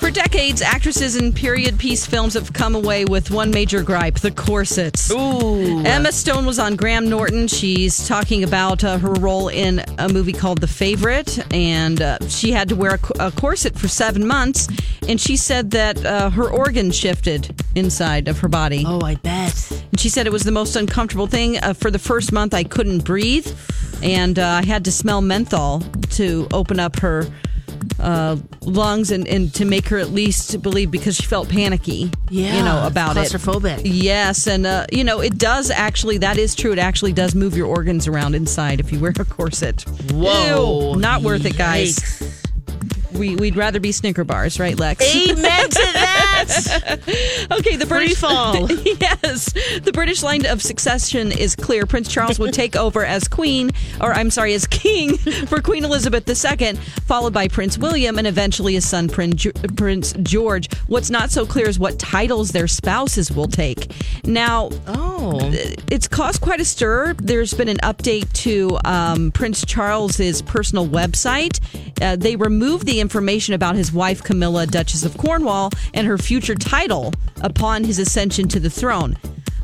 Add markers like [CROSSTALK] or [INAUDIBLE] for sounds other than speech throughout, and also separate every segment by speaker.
Speaker 1: For decades, actresses in period piece films have come away with one major gripe the corsets. Ooh. Emma Stone was on Graham Norton. She's talking about uh, her role in a movie called The Favorite, and uh, she had to wear a, co- a corset for seven months, and she said that uh, her organ shifted inside of her body.
Speaker 2: Oh, I bet.
Speaker 1: And she said it was the most uncomfortable thing. Uh, for the first month, I couldn't breathe, and uh, I had to smell menthol to open up her uh, lungs and, and to make her at least believe because she felt panicky.
Speaker 2: Yeah,
Speaker 1: you know about
Speaker 2: claustrophobic.
Speaker 1: it. Yes, and uh, you know it does actually. That is true. It actually does move your organs around inside if you wear a corset. Ew, not worth it, guys.
Speaker 2: Yikes.
Speaker 1: We, we'd rather be Snicker bars, right, Lex?
Speaker 2: Amen to that.
Speaker 1: [LAUGHS] Okay, the
Speaker 2: [LAUGHS]
Speaker 1: British
Speaker 2: fall.
Speaker 1: yes, the British line of succession is clear. Prince Charles would take over as Queen, or I'm sorry, as King [LAUGHS] for Queen Elizabeth II, followed by Prince William, and eventually his son Prin- Ju- Prince George. What's not so clear is what titles their spouses will take. Now,
Speaker 2: Oh,
Speaker 1: it's caused quite a stir. There's been an update to um, Prince Charles's personal website. Uh, they removed the information about his wife Camilla, Duchess of Cornwall, and her future title upon his ascension to the throne.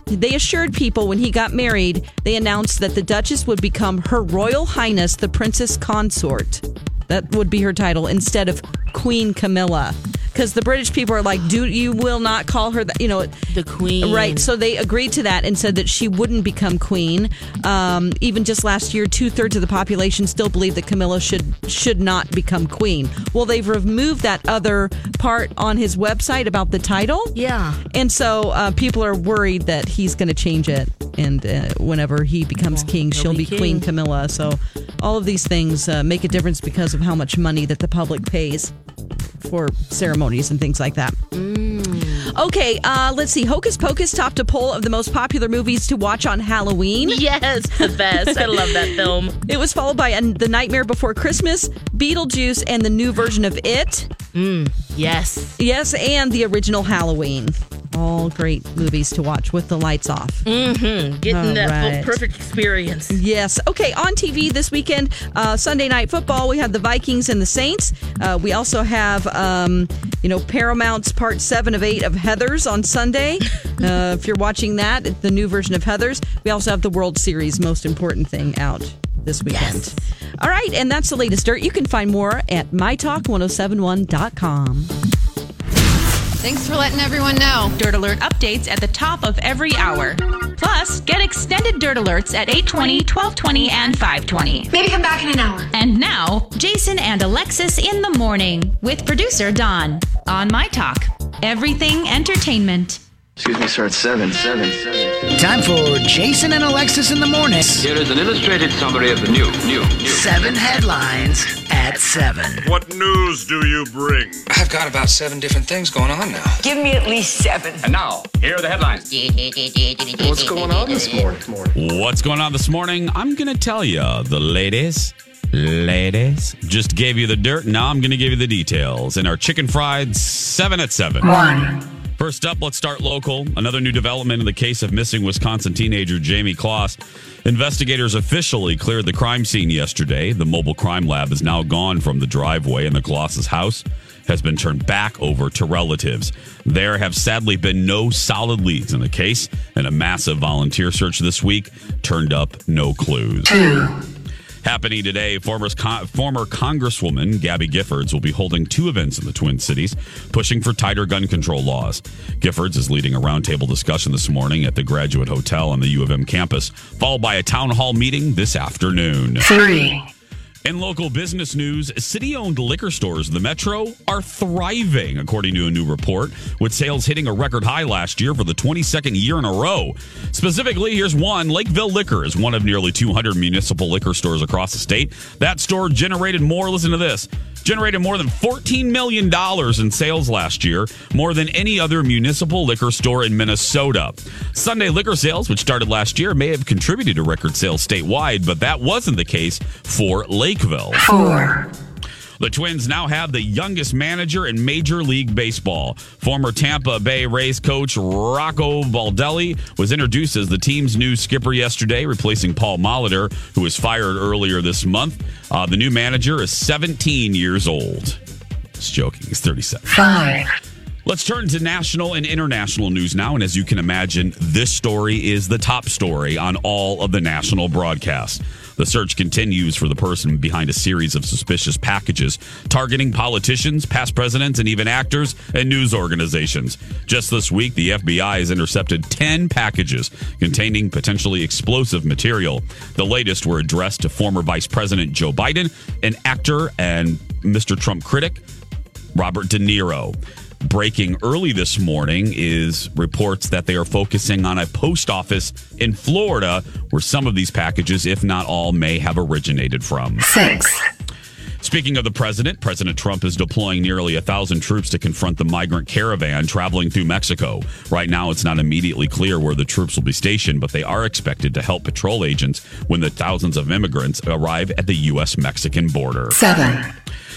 Speaker 1: They assured people when he got married, they announced that the Duchess would become Her Royal Highness the Princess Consort. That would be her title instead of Queen Camilla. Because the British people are like, dude, you will not call her that. You know,
Speaker 2: the queen.
Speaker 1: Right. So they agreed to that and said that she wouldn't become queen. Um, even just last year, two thirds of the population still believe that Camilla should should not become queen. Well, they've removed that other part on his website about the title.
Speaker 2: Yeah.
Speaker 1: And so uh, people are worried that he's going to change it. And uh, whenever he becomes king,
Speaker 2: he'll
Speaker 1: she'll
Speaker 2: be
Speaker 1: be, Queen
Speaker 2: king.
Speaker 1: Camilla. So all of these things uh, make a difference because of how much money that the public pays for ceremonies and things like that. Okay, uh, let's see. Hocus Pocus topped a poll of the most popular movies to watch on Halloween.
Speaker 2: Yes, the best. I love that film.
Speaker 1: It was followed by uh, The Nightmare Before Christmas, Beetlejuice, and the new version of It.
Speaker 2: Yes.
Speaker 1: Yes, and the original Halloween. All great movies to watch with the lights off.
Speaker 2: Getting that
Speaker 1: right.
Speaker 2: full, perfect experience.
Speaker 1: Yes. Okay. On TV this weekend, uh, Sunday night football. We have the Vikings and the Saints. Uh, we also have, um, you know, Paramount's part seven of eight of Heather's on Sunday. [LAUGHS] Uh, if you're watching that, it's the new version of Heather's. We also have the World Series, most important thing, out this weekend. All right, and that's the latest dirt. You can find more at mytalk1071.com.
Speaker 3: Thanks for letting everyone know.
Speaker 4: Dirt Alert updates at the top of every hour. Plus, get extended Dirt Alerts at 820, 1220, and 520.
Speaker 5: Maybe come back in an hour.
Speaker 4: And now, Jason and Alexis in the morning with producer Don on My Talk. Everything entertainment.
Speaker 6: Excuse me, sir. It's seven, seven, seven.
Speaker 7: Time for Jason and Alexis in the morning.
Speaker 8: Here is an illustrated summary of the new, new, new.
Speaker 7: Seven headlines at seven.
Speaker 9: What news do you bring?
Speaker 8: I've got about seven different things going on now.
Speaker 5: Give me at least seven.
Speaker 8: And now, here are the headlines.
Speaker 6: What's going on this morning?
Speaker 10: What's going on this morning? I'm going to tell you the ladies, ladies, just gave you the dirt. Now I'm going to give you the details in our chicken fried seven at seven. First up, let's start local. Another new development in the case of missing Wisconsin teenager Jamie Kloss. Investigators officially cleared the crime scene yesterday. The mobile crime lab is now gone from the driveway in the Kloss's house. has been turned back over to relatives. There have sadly been no solid leads in the case, and a massive volunteer search this week turned up no clues. Happening today, former, con- former Congresswoman Gabby Giffords will be holding two events in the Twin Cities, pushing for tighter gun control laws. Giffords is leading a roundtable discussion this morning at the Graduate Hotel on the U of M campus, followed by a town hall meeting this afternoon.
Speaker 11: Three.
Speaker 10: In local business news, city owned liquor stores in the metro are thriving, according to a new report, with sales hitting a record high last year for the 22nd year in a row. Specifically, here's one Lakeville Liquor is one of nearly 200 municipal liquor stores across the state. That store generated more, listen to this, generated more than $14 million in sales last year, more than any other municipal liquor store in Minnesota. Sunday liquor sales, which started last year, may have contributed to record sales statewide, but that wasn't the case for Lakeville.
Speaker 11: Four.
Speaker 10: The Twins now have the youngest manager in Major League Baseball. Former Tampa Bay Rays coach Rocco Baldelli was introduced as the team's new skipper yesterday, replacing Paul Molitor, who was fired earlier this month. Uh, the new manager is 17 years old. Just joking, he's 37.
Speaker 11: Five.
Speaker 10: Let's turn to national and international news now. And as you can imagine, this story is the top story on all of the national broadcasts. The search continues for the person behind a series of suspicious packages targeting politicians, past presidents, and even actors and news organizations. Just this week, the FBI has intercepted 10 packages containing potentially explosive material. The latest were addressed to former Vice President Joe Biden, an actor and Mr. Trump critic, Robert De Niro. Breaking early this morning is reports that they are focusing on a post office in Florida where some of these packages, if not all, may have originated from.
Speaker 11: Six.
Speaker 10: Speaking of the president, President Trump is deploying nearly a thousand troops to confront the migrant caravan traveling through Mexico. Right now, it's not immediately clear where the troops will be stationed, but they are expected to help patrol agents when the thousands of immigrants arrive at the U.S. Mexican border.
Speaker 11: Seven.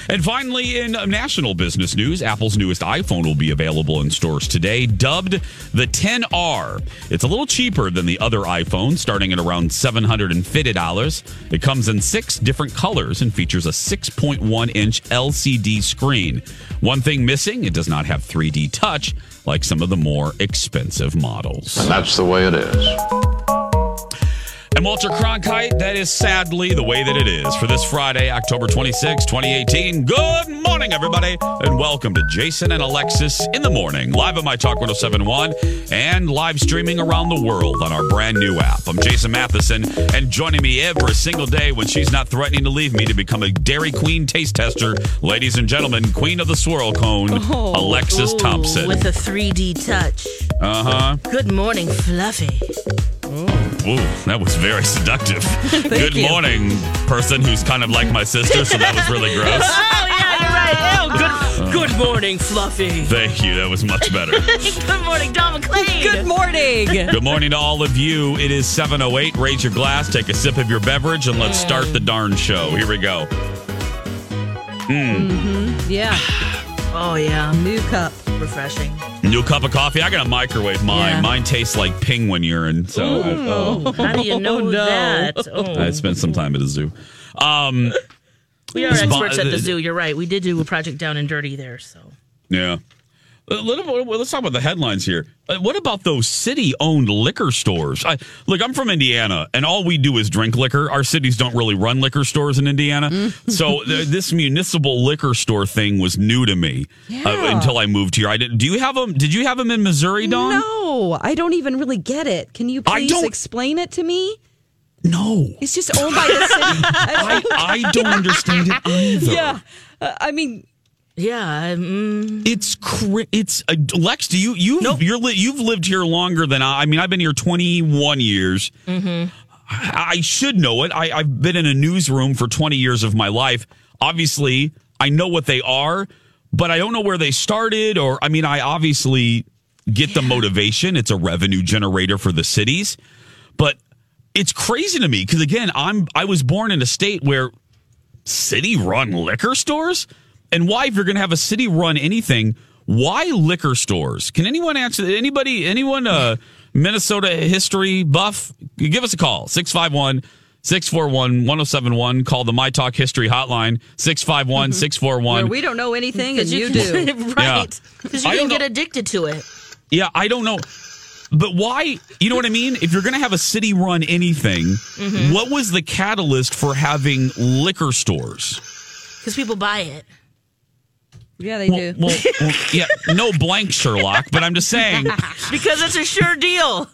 Speaker 10: And finally, in national business news, Apple's newest iPhone will be available in stores today, dubbed the 10R. It's a little cheaper than the other iPhone, starting at around $750. It comes in six different colors and features a 6.1 inch LCD screen. One thing missing, it does not have 3D touch like some of the more expensive models.
Speaker 12: And that's the way it is.
Speaker 10: And Walter Cronkite, that is sadly the way that it is for this Friday, October 26, 2018. Good morning, everybody, and welcome to Jason and Alexis in the morning, live at My Talk 1071 and live streaming around the world on our brand new app. I'm Jason Matheson, and joining me every single day when she's not threatening to leave me to become a Dairy Queen taste tester, ladies and gentlemen, Queen of the Swirl Cone,
Speaker 2: Oh.
Speaker 10: Alexis
Speaker 2: Ooh,
Speaker 10: Thompson.
Speaker 2: With a 3D touch.
Speaker 10: Uh huh.
Speaker 2: Good morning, Fluffy.
Speaker 10: Ooh, that was very
Speaker 2: [LAUGHS]
Speaker 10: seductive.
Speaker 2: Thank
Speaker 10: Good
Speaker 2: you.
Speaker 10: morning, person who's kind of like my sister, so that was really gross.
Speaker 2: [LAUGHS] Oh, yeah, you're right. Oh, good, good morning, Fluffy.
Speaker 10: Thank you. That was much better.
Speaker 2: good morning, Don McLean.
Speaker 1: Good morning.
Speaker 10: Good morning to all of you. It is 708. Raise your glass, take a sip of your beverage, and let's start the darn show. Here we go. Mm.
Speaker 1: Mm-hmm. Yeah.
Speaker 2: Oh, yeah.
Speaker 1: New cup.
Speaker 2: Refreshing.
Speaker 10: New cup of coffee. I got to microwave mine.
Speaker 2: Yeah.
Speaker 10: Mine tastes like penguin urine. So I, oh.
Speaker 2: How do [LAUGHS] you know
Speaker 1: no.
Speaker 2: that?
Speaker 10: I
Speaker 2: Oh.
Speaker 10: spent some time at a zoo. Um, uh,
Speaker 2: We are
Speaker 10: This bo-
Speaker 2: experts at the zoo. You're right. We did do a project down and dirty there. So
Speaker 10: Yeah. Uh, let- well, Let's talk about the headlines here. Uh, What about those city owned liquor stores? I, look, I'm from Indiana, and all we do is drink liquor. Our cities don't really run liquor stores in Indiana.
Speaker 1: Mm.
Speaker 10: So th- this municipal liquor store thing was new to me uh,
Speaker 1: Yeah.
Speaker 10: until I moved here. I didn't, do you have them? Did you have them in Missouri, Don?
Speaker 1: No, I don't even really get it. Can you
Speaker 10: I
Speaker 1: please
Speaker 10: don't-
Speaker 1: explain it to me?
Speaker 10: No.
Speaker 1: It's just owned by [LAUGHS] the city.
Speaker 10: I, I don't understand
Speaker 1: [LAUGHS]
Speaker 10: it either.
Speaker 1: yeah. Uh, I mean,
Speaker 2: yeah,
Speaker 11: um,
Speaker 2: mm,
Speaker 10: It's cri- it's uh, Lex. Do you you you're li- you've lived here longer than I. I mean, I've been here 21 years. I I should know it. I, I've been in a newsroom for 20 years of my life. Obviously, I know what they are, but I don't know where they started. Or, I mean, I obviously get the motivation. It's a revenue generator for the cities, but it's crazy to me because again, I'm I was born in a state where city-run liquor stores, and why if you're going to have a city-run anything, why liquor stores? Can anyone answer? Anybody? Anyone? Uh, Minnesota history buff, give us a call 651 641 1071. Call the My Talk History Hotline 651
Speaker 1: Mm-hmm. Where [LAUGHS]
Speaker 10: 641.
Speaker 1: we don't know anything and you,
Speaker 11: you [LAUGHS]
Speaker 1: do.
Speaker 11: can-
Speaker 10: Right.
Speaker 11: Because you
Speaker 10: I
Speaker 11: can
Speaker 10: don't
Speaker 11: get addicted to it.
Speaker 10: Yeah, I don't know. But why? You know what I mean? If you're going to have a city run anything,
Speaker 11: Mhm.
Speaker 10: what was the catalyst for having liquor stores?
Speaker 11: Because people buy it.
Speaker 1: Yeah, they do.
Speaker 10: Well, well, yeah, no blank Sherlock, but I'm just
Speaker 11: [LAUGHS]
Speaker 10: saying.
Speaker 11: because it's a sure deal.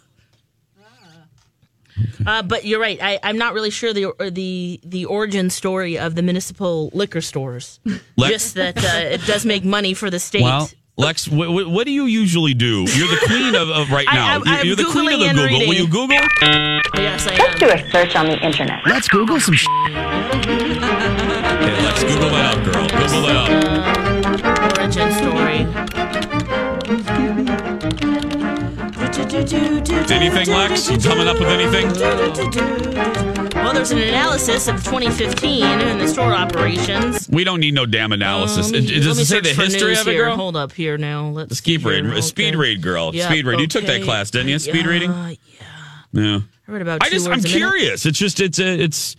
Speaker 11: Uh, but you're right. I, I'm not really sure the or the the origin story of the municipal liquor stores.
Speaker 10: Let-
Speaker 11: Just that uh, it does make money for the state.
Speaker 10: Well, Lex, wh- wh- what do you usually do? You're the queen of, of right
Speaker 11: I-
Speaker 10: now.
Speaker 11: I'm- I'm
Speaker 10: you're the queen of
Speaker 11: Googling
Speaker 10: the
Speaker 11: and
Speaker 10: Google. Will
Speaker 11: reading.
Speaker 10: you Google?
Speaker 11: yes, I
Speaker 12: Let's do a search on the internet.
Speaker 7: Let's Google some sh-
Speaker 10: Okay, Lex, Google that up, girl. Google that up.
Speaker 11: origin story.
Speaker 10: Anything, Lex? You coming up with anything?
Speaker 11: Well, there's an analysis of 2015 and the store operations.
Speaker 10: We don't need no damn analysis.
Speaker 11: Um,
Speaker 10: It- it-
Speaker 11: let
Speaker 10: does
Speaker 11: me
Speaker 10: it say
Speaker 11: search
Speaker 10: the
Speaker 11: for
Speaker 10: history
Speaker 11: news
Speaker 10: of it,
Speaker 11: here.
Speaker 10: girl?
Speaker 11: Hold up here now. Let's
Speaker 10: Just keep
Speaker 11: see here.
Speaker 10: reading.
Speaker 11: Okay.
Speaker 10: Speed read, girl.
Speaker 11: Yeah,
Speaker 10: Speed read. You took that
Speaker 11: okay.
Speaker 10: class, didn't you? Speed
Speaker 11: Yeah,
Speaker 10: reading.
Speaker 11: I
Speaker 10: Yeah.
Speaker 11: read about.
Speaker 10: I
Speaker 11: two
Speaker 10: just I'm
Speaker 11: words a minute.
Speaker 10: curious. It's just it's a, it's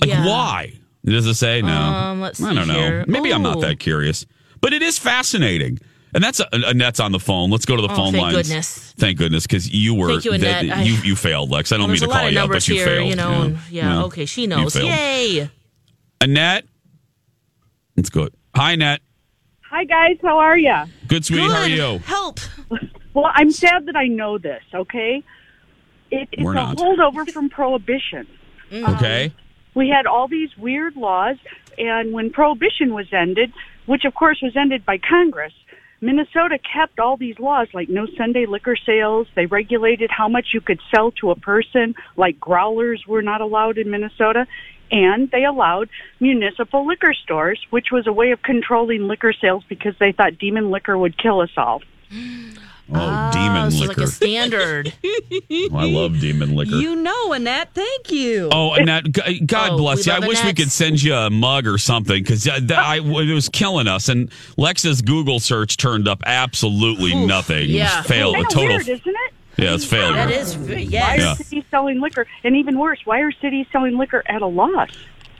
Speaker 10: like
Speaker 11: Yeah.
Speaker 10: why does it say no?
Speaker 11: Um, let's
Speaker 10: I don't
Speaker 11: see
Speaker 10: know.
Speaker 11: here.
Speaker 10: Maybe I'm not
Speaker 11: Oh.
Speaker 10: that curious, but it is fascinating. And that's Annette's on the phone. Let's go to the
Speaker 11: Oh,
Speaker 10: phone
Speaker 11: thank
Speaker 10: lines.
Speaker 11: goodness.
Speaker 10: Thank goodness, because you were
Speaker 11: Thank you,
Speaker 10: that-
Speaker 11: Annette. I-
Speaker 10: you you failed, Lex. I don't
Speaker 11: Well,
Speaker 10: mean
Speaker 11: there's
Speaker 10: to
Speaker 11: a lot
Speaker 10: call
Speaker 11: of
Speaker 10: you out, but
Speaker 11: numbers
Speaker 10: you
Speaker 11: here,
Speaker 10: failed.
Speaker 11: you know. and- Yeah.
Speaker 10: Yeah.
Speaker 11: Okay, she
Speaker 10: You
Speaker 11: knows.
Speaker 10: failed.
Speaker 11: Yay!
Speaker 10: Annette, let's go. Hi, Annette.
Speaker 13: Hi guys, how are ya?
Speaker 10: Good, sweetie. How are
Speaker 13: Good.
Speaker 10: you?
Speaker 11: Help.
Speaker 13: Well, I'm sad that I know this. Okay, it, it's
Speaker 10: We're
Speaker 13: a
Speaker 10: not.
Speaker 13: holdover from Prohibition.
Speaker 11: Mm-hmm.
Speaker 10: Okay.
Speaker 13: We had all these weird laws, and when Prohibition was ended, which of course was ended by Congress, Minnesota kept all these laws like no Sunday liquor sales. They regulated how much you could sell to a person, like growlers were not allowed in Minnesota, and they allowed municipal liquor stores, which was a way of controlling liquor sales because they thought demon liquor would kill us all.
Speaker 10: Oh, demon
Speaker 11: This is
Speaker 10: liquor.
Speaker 11: Ah, like a
Speaker 10: [LAUGHS]
Speaker 11: standard.
Speaker 10: Oh, I love demon liquor.
Speaker 1: You know, Annette. Thank you.
Speaker 10: Oh, Annette, g- God
Speaker 1: Oh, we
Speaker 10: bless you. I
Speaker 1: love
Speaker 10: wish we
Speaker 1: Annettes.
Speaker 10: could send you a mug or something because I
Speaker 11: Oh.
Speaker 10: it was killing us. And Lex's Google search turned up absolutely nothing.
Speaker 13: Yeah.
Speaker 10: failed. A
Speaker 13: Kinda
Speaker 10: total.
Speaker 13: weird, isn't it?
Speaker 10: Oh, yeah, it's failure.
Speaker 13: Wire
Speaker 10: Yeah.
Speaker 13: City selling liquor, and even worse, Wire City selling liquor at a loss.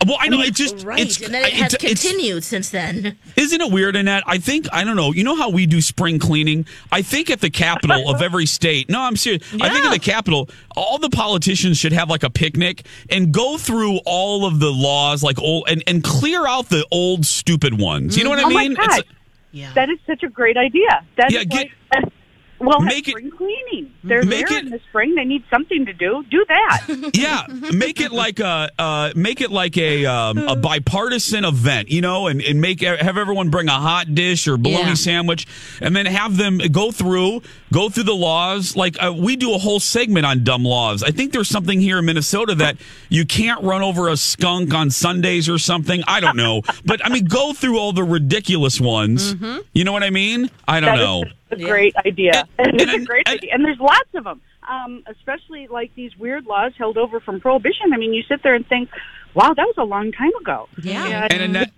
Speaker 10: Well, I know it just
Speaker 11: right,
Speaker 10: it's
Speaker 11: and then it
Speaker 10: I-
Speaker 11: has
Speaker 10: it's- it's-
Speaker 11: continued since then.
Speaker 10: Isn't it weird, Annette? I think I don't know. You know how we do spring cleaning? I think at the capital of every state. No, I'm serious. I think at the capital, all the politicians should have like a picnic and go through all of the laws, like old, and and clear out the old stupid ones. You know what I
Speaker 13: oh
Speaker 10: mean?
Speaker 13: My God.
Speaker 10: It's-
Speaker 13: That is such a great idea. That is
Speaker 10: Yeah, get-
Speaker 13: like, [LAUGHS] well, have
Speaker 10: Make it-
Speaker 13: spring cleaning. They're
Speaker 10: Make
Speaker 13: there
Speaker 10: it-
Speaker 13: in the spring. They need something to do. Do
Speaker 10: [LAUGHS]
Speaker 13: that.
Speaker 10: yeah, make it like a uh, make it like a um, a bipartisan event, you know, and, and make e, have everyone bring a hot dish or bologna
Speaker 14: Yeah.
Speaker 10: sandwich, and then have them go through go through the laws. Like uh, we do a whole segment on dumb laws. I think there's something here in Minnesota that you can't run over a skunk on Sundays or something. I don't know, but I mean, go through all the ridiculous ones. You know what I mean? I don't
Speaker 13: Mm-hmm. That is
Speaker 10: know.
Speaker 13: a great idea. [LAUGHS] it's a
Speaker 10: and-
Speaker 13: great idea. And there's lots of them, um, especially like these weird laws held over from Prohibition. I mean, you sit there and think, wow, that was a long time ago. Yeah.
Speaker 10: And Annette,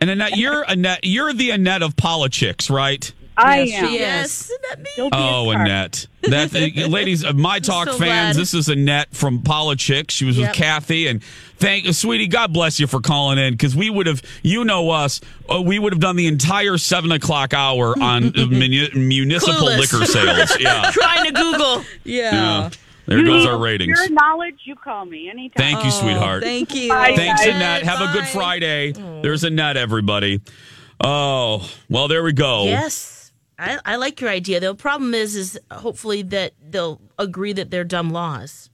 Speaker 10: and Annette, you're Annette, you're the Annette of politics, right?
Speaker 13: I
Speaker 11: Yes,
Speaker 1: Oh,
Speaker 13: am.
Speaker 11: she is. [LAUGHS]
Speaker 13: Don't be a
Speaker 10: Oh,
Speaker 13: star.
Speaker 10: Annette. That uh, ladies, uh, my talk
Speaker 11: so glad.
Speaker 10: fans. This is Annette from Politics. She was
Speaker 11: Yep.
Speaker 10: with Kathy, and thank, uh, sweetie, God bless you for calling in because we would have, you know us, uh, we would have done the entire seven o'clock hour
Speaker 11: [LAUGHS]
Speaker 10: on uh, muni- municipal
Speaker 11: Clueless. [LAUGHS]
Speaker 10: liquor sales. Yeah,
Speaker 11: [LAUGHS] Trying to Google.
Speaker 10: yeah. There goes our ratings.
Speaker 13: Your knowledge, you call me anytime.
Speaker 10: Thank you,
Speaker 11: Oh,
Speaker 10: sweetheart.
Speaker 1: you.
Speaker 10: Thanks, Annette. Have a good Friday. There's Annette, everybody. Oh, well, there we
Speaker 11: [LAUGHS]
Speaker 10: go.
Speaker 11: Yes, I, I like your idea. The problem is, is hopefully that they'll agree that they're dumb laws.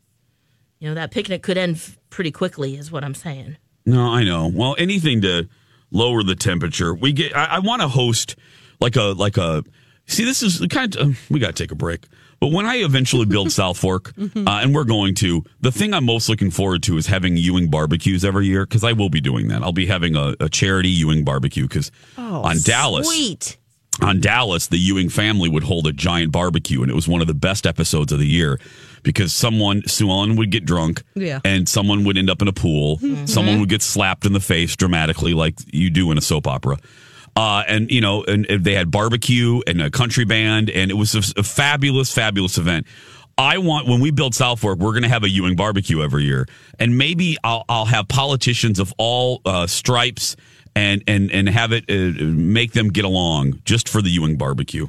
Speaker 11: You know, that picnic could end f- pretty quickly, is what I'm saying.
Speaker 10: No, I know. Well, anything to lower the temperature. We get. I, I want to host like a like a. See, this is the kind. Of, we got to take a break. But when I eventually build South Fork, uh, and we're going to, the thing I'm most looking forward to is having Ewing barbecues every year because I will be doing that. I'll be having a, a charity Ewing barbecue because on Dallas,
Speaker 11: Sweet.
Speaker 10: on Dallas, the Ewing family would hold a giant barbecue, and it was one of the best episodes of the year because someone, Sue Ellen, would get drunk,
Speaker 1: Yeah.
Speaker 10: and someone would end up in a pool.
Speaker 1: Mhm.
Speaker 10: Someone would get slapped in the face dramatically, like you do in a soap opera. Uh, and you know, and, and they had barbecue and a country band, and it was a, a fabulous, fabulous event. I want when we build South Fork, we're going to have a Ewing barbecue every year, and maybe I'll I'll have politicians of all uh, stripes and and and have it uh, make them get along just for the Ewing barbecue.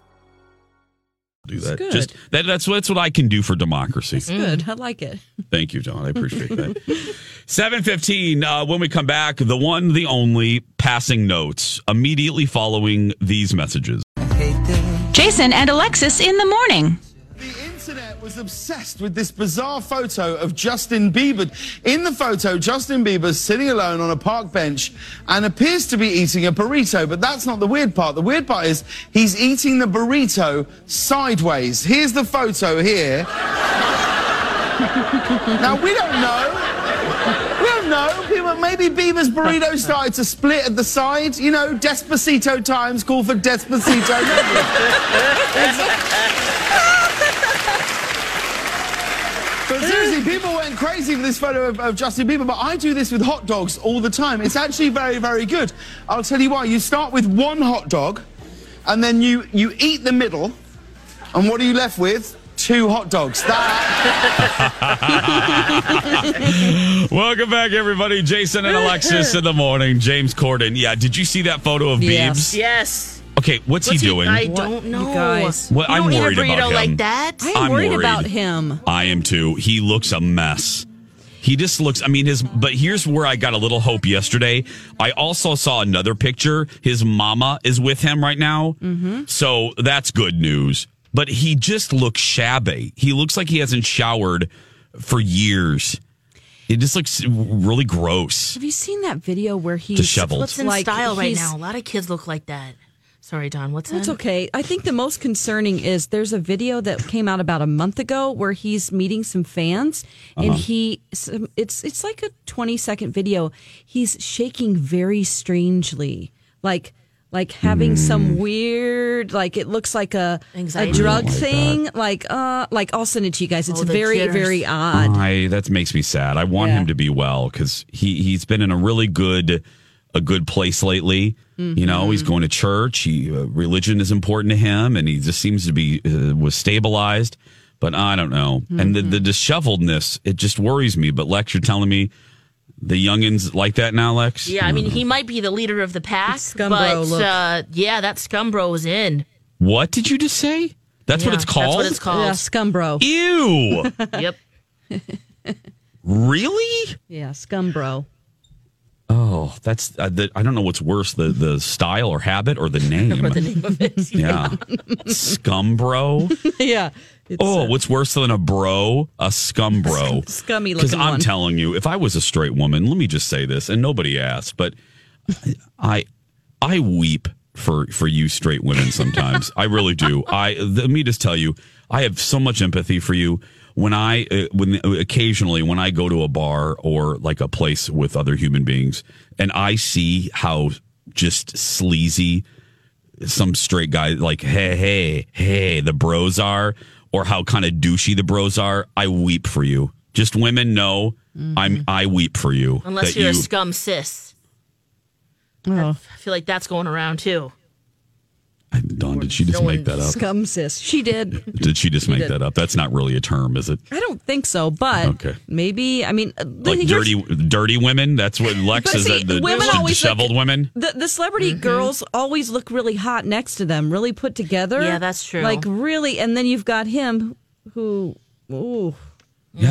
Speaker 10: do
Speaker 1: It's
Speaker 10: that.
Speaker 1: good.
Speaker 10: Just that, that's that's what I can do for democracy.
Speaker 1: It's good. I like it.
Speaker 10: Thank you, Don. I appreciate that. Seven fifteen. Uh, when we come back, the one, the only passing notes immediately following these messages.
Speaker 4: Jason and Alexis in the morning.
Speaker 15: internet was obsessed with this bizarre photo of Justin Bieber. In the photo, Justin Bieber's sitting alone on a park bench and appears to be eating a burrito, but that's not the weird part. The weird part is he's eating the burrito sideways. Here's the photo here. [LAUGHS] now, we don't know. We don't know. People- Maybe Bieber's burrito started to split at the side. You know, Despacito times call for Despacito. [LAUGHS] But seriously, people went crazy for this photo of, of Justin Bieber, but I do this with hot dogs all the time. It's actually very, very good. I'll tell you why. You start with one hot dog, and then you, you eat the middle, and what are you left with? Two hot dogs. That.
Speaker 10: Welcome back, everybody. Jason and Alexis in the morning. James Corden. Yeah, did you see that photo of Beebs?
Speaker 11: Yes.
Speaker 10: Okay, what's, he doing?
Speaker 11: I don't know.
Speaker 1: guys.
Speaker 10: Well,
Speaker 11: you
Speaker 10: I'm
Speaker 11: don't eat a
Speaker 10: worried about
Speaker 11: burrito
Speaker 10: him.
Speaker 11: like that.
Speaker 1: I am worried, about him.
Speaker 10: I am too. He looks a mess. He just looks. I mean, his. But here's where I got a little hope yesterday. I also saw another picture. His mama is with him right now,
Speaker 16: Mhm.
Speaker 10: so that's good news. But he just looks shabby. He looks like he hasn't showered for years. It just looks really gross.
Speaker 1: Have you seen that video where he's
Speaker 10: Disheveled.
Speaker 11: What's in style right
Speaker 1: he's-
Speaker 11: now? A lot of kids look like that. Sorry, Don. What's
Speaker 1: That's
Speaker 11: that?
Speaker 1: okay. I think the most concerning is there's a video that came out about a month ago where he's meeting some fans, and
Speaker 17: Uh-huh.
Speaker 1: he some- it's it's like a 20 second video. He's shaking very strangely, like like having some weird like it looks like a
Speaker 11: Anxiety.
Speaker 1: a drug
Speaker 10: Hmm. Oh my
Speaker 1: thing. Like uh like I'll send it to you guys. It's
Speaker 11: Oh, the
Speaker 1: very
Speaker 11: jitters.
Speaker 1: very odd.
Speaker 10: I that makes me sad. I want him to be well because he he's been in a really good a good place lately. You know,
Speaker 11: Mm-hmm.
Speaker 10: he's going to church. He uh, religion is important to him, and he just seems to be uh, was stabilized. But I don't know, and the, the
Speaker 11: Mm-hmm.
Speaker 10: disheveledness it just worries me. But Lex, you're telling me the youngins like that now, Lex?
Speaker 11: Yeah, I mean, he might be the leader of the pack,
Speaker 1: Scumbro
Speaker 11: but
Speaker 1: look.
Speaker 11: Uh, yeah, that scumbro is [LAUGHS] in.
Speaker 10: What did you just say? That's
Speaker 11: Yeah,
Speaker 10: what it's called.
Speaker 11: That's what it's called.
Speaker 10: Oh.
Speaker 1: Yeah, scum bro.
Speaker 11: [LAUGHS]
Speaker 10: E- Ew.
Speaker 11: yep.
Speaker 10: really?
Speaker 1: Yeah, scum bro.
Speaker 10: Oh, that's uh, the, I don't know what's worse the the style or
Speaker 11: [LAUGHS]
Speaker 10: habit or the name. Yeah. scum bro.
Speaker 1: [LAUGHS] yeah. It's,
Speaker 10: oh, what's worse than a bro?
Speaker 1: [LAUGHS]
Speaker 10: A scum bro.
Speaker 1: scummy
Speaker 10: Because
Speaker 1: looking
Speaker 10: I'm
Speaker 1: one.
Speaker 10: telling you, if I was a straight woman, let me just say this, and nobody asked, but I I weep for for you straight women sometimes. I really do. I let me just tell you, I have so much empathy for you. When I uh, when occasionally when I go to a bar or like a place with other human beings, and I see how just sleazy some straight guy like hey hey hey the bros are or how kind of douchey the bros are i weep for you just women know i'm i weep for you
Speaker 11: Mm-hmm. Unless
Speaker 10: that
Speaker 11: you're a
Speaker 10: you-
Speaker 11: scum cis.
Speaker 1: Oh.
Speaker 11: I feel like that's going around
Speaker 10: [LAUGHS]
Speaker 11: too.
Speaker 10: Dawn, did she just
Speaker 11: no
Speaker 10: make
Speaker 11: one-
Speaker 10: that up
Speaker 1: Scum sis. She did.
Speaker 10: did she just
Speaker 1: She
Speaker 10: make
Speaker 1: did.
Speaker 10: that up that's not really a term is it
Speaker 1: I don't think so, but
Speaker 10: Okay.
Speaker 1: maybe I mean uh,
Speaker 10: like
Speaker 1: here's-
Speaker 10: dirty dirty women that's what lex
Speaker 1: But
Speaker 10: is
Speaker 1: see,
Speaker 10: the, the
Speaker 1: women always
Speaker 10: disheveled
Speaker 1: look-
Speaker 10: women
Speaker 1: The, the celebrity girls always look really hot next to them, really put together.
Speaker 11: Yeah, that's true.
Speaker 1: Like really, and then you've got him who Ooh. Mm-hmm.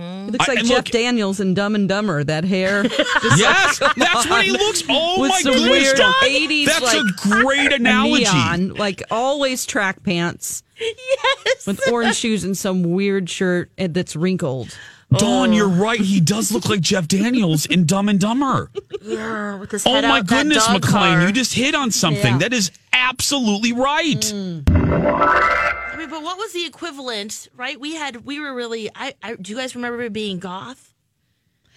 Speaker 10: Yeah.
Speaker 1: He looks
Speaker 10: I-
Speaker 1: like
Speaker 10: and
Speaker 1: Jeff
Speaker 10: look-
Speaker 1: Daniels in Dumb and Dumber. That hair. Just [LAUGHS]
Speaker 10: Yes,
Speaker 1: like, come
Speaker 10: that's what he
Speaker 1: on.
Speaker 10: looks- [LAUGHS] oh
Speaker 1: With
Speaker 10: my
Speaker 1: some
Speaker 10: goodness,
Speaker 1: weird
Speaker 10: Dawn.
Speaker 1: 80s,
Speaker 10: That's a
Speaker 1: like, [LAUGHS]
Speaker 10: great analogy.
Speaker 1: neon, like always track pants. Yes. With orange shoes and some weird shirt and- that's wrinkled.
Speaker 10: Dawn,
Speaker 1: Oh.
Speaker 10: you're right. He does look like Jeff Daniels in Dumb and
Speaker 1: [LAUGHS]
Speaker 10: Dumber.
Speaker 11: Yeah, with his
Speaker 10: Oh
Speaker 11: head
Speaker 10: my
Speaker 11: out that
Speaker 10: goodness,
Speaker 11: dog
Speaker 10: McLean,
Speaker 11: collar.
Speaker 10: you just hit on something.
Speaker 11: Yeah.
Speaker 10: That is absolutely right.
Speaker 1: Mm.
Speaker 11: I mean, but what was the equivalent, right? We had, we were really, I, I do you guys remember being goth?